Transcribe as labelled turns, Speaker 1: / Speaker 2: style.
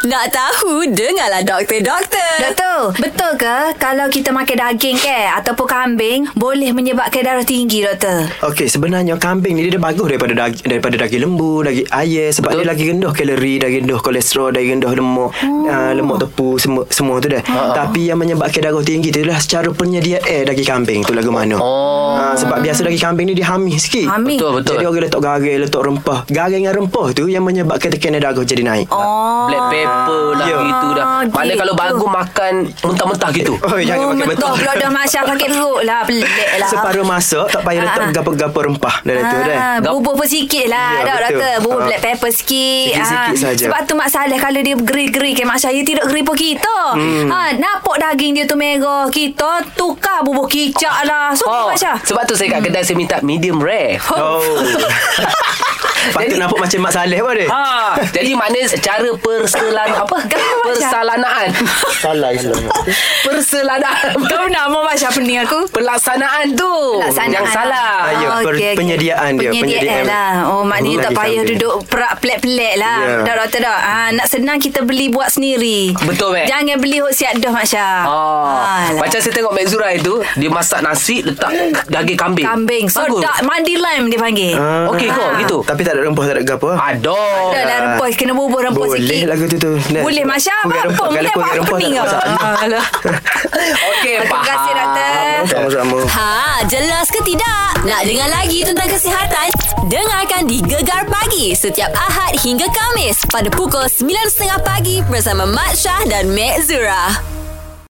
Speaker 1: Nak tahu, dengarlah doktor-doktor.
Speaker 2: Doktor, betul ke kalau kita makan daging ke ataupun kambing boleh menyebabkan darah tinggi, doktor?
Speaker 3: Okey, sebenarnya kambing ni dia bagus daripada daging, daripada daging lembu, daging ayam sebab dia lagi rendah kalori, daging rendah kolesterol, daging rendah lemak, oh. uh, lemak tepu semua semua tu
Speaker 2: Ha,
Speaker 3: dah. Tapi yang menyebabkan darah tinggi tu adalah secara penyediaan daging kambing tu lagu mana.
Speaker 4: Oh.
Speaker 3: Uh, sebab biasa daging kambing ni dia hamil sikit.
Speaker 2: Amin.
Speaker 4: Betul betul.
Speaker 3: Jadi orang letak garam, letak rempah. Garam dengan rempah tu yang menyebabkan tekanan darah jadi naik.
Speaker 2: Oh.
Speaker 4: Black pepper lah
Speaker 3: Ya.
Speaker 4: gitu dah. Pandai
Speaker 2: Ah, gitu.
Speaker 4: kalau bagus makan mentah-mentah gitu.
Speaker 3: Oh, jangan pakai betul.
Speaker 2: Mentok pula dah Masya pakai perut lah. Pelik lah.
Speaker 3: Separuh masak tak payah letak
Speaker 2: Ah.
Speaker 3: gapa-gapa rempah dalam tu dah.
Speaker 2: Ah,
Speaker 4: Gap-
Speaker 2: bubur pun sikit lah yeah,
Speaker 3: Ya, betul.
Speaker 2: doktor Bubur
Speaker 3: Ah.
Speaker 2: black pepper sikit
Speaker 3: Sikit-sikit
Speaker 2: Ah,
Speaker 3: saja.
Speaker 2: Sebab tu Mak Saleh Kalau dia geri-geri ke Mak Syahir Tidak geri pun kita hmm. ha, Nampak daging dia tu merah Kita tukar bubur kicap lah So oh.
Speaker 4: Oh,
Speaker 2: Mak Syah
Speaker 4: sebab tu saya kat kedai saya minta medium rare.
Speaker 3: Oh. Patut
Speaker 4: Jadi-
Speaker 3: nampak macam Mak Saleh pun dia.
Speaker 2: Ah.
Speaker 4: Ha, jadi maknanya secara perselan apa?
Speaker 2: Kenapa, Mak Syah?
Speaker 4: Persalanaan.
Speaker 5: Salah Islam
Speaker 4: Perselanaan.
Speaker 2: Kau nama Mak Syah pening aku
Speaker 4: Pelaksanaan tu.
Speaker 2: Pelaksanaan
Speaker 4: Yang
Speaker 2: lah.
Speaker 4: salah.
Speaker 3: Ah, ya,
Speaker 2: Oh, okey,
Speaker 3: per-
Speaker 2: okey.
Speaker 3: penyediaan dia,
Speaker 2: Penyediaan
Speaker 3: penyediaan.
Speaker 2: lah Oh maknanya
Speaker 3: Hmm,
Speaker 2: tak
Speaker 3: lagi
Speaker 2: payah
Speaker 3: sambil.
Speaker 2: duduk Perak pelik-pelik lah
Speaker 3: Ya.
Speaker 2: yeah. Dah doktor dah ha, Nak senang kita beli buat sendiri
Speaker 4: Betul, Mek.
Speaker 2: Jangan beli hok siap dah Mak Syah
Speaker 4: Ah,
Speaker 2: Alah.
Speaker 4: macam saya tengok Mek Zura itu Dia masak nasi Letak daging kambing
Speaker 2: Kambing
Speaker 4: Bagus
Speaker 2: Sodak mandi lime dia panggil
Speaker 3: Ah.
Speaker 4: Okey kau
Speaker 2: Ah.
Speaker 4: gitu Ah.
Speaker 3: Tapi tak ada rempah, tak ada gapa.
Speaker 4: Ada
Speaker 2: Dah lah rempah Kena bubur rempah
Speaker 3: Boleh
Speaker 2: sikit
Speaker 3: lagu tu tu. Nah,
Speaker 2: Boleh
Speaker 3: sebab
Speaker 2: Masya
Speaker 3: kurang
Speaker 2: Apa
Speaker 3: rempah,
Speaker 2: pun
Speaker 3: kalau
Speaker 2: Boleh
Speaker 3: kurang
Speaker 2: buat
Speaker 3: rempah, tak
Speaker 2: pening
Speaker 3: ada
Speaker 2: kau
Speaker 3: masalah.
Speaker 2: Alah.
Speaker 4: Okey faham
Speaker 3: Eh,
Speaker 2: Terima kasih doktor
Speaker 3: Sama-sama.
Speaker 1: Ha, jelas ke tidak? Nak dengar lagi tentang kesihatan? Dengarkan di Gegar Pagi setiap Ahad hingga Kamis pada pukul 9.30 pagi bersama Mat Syah dan Mek Zura.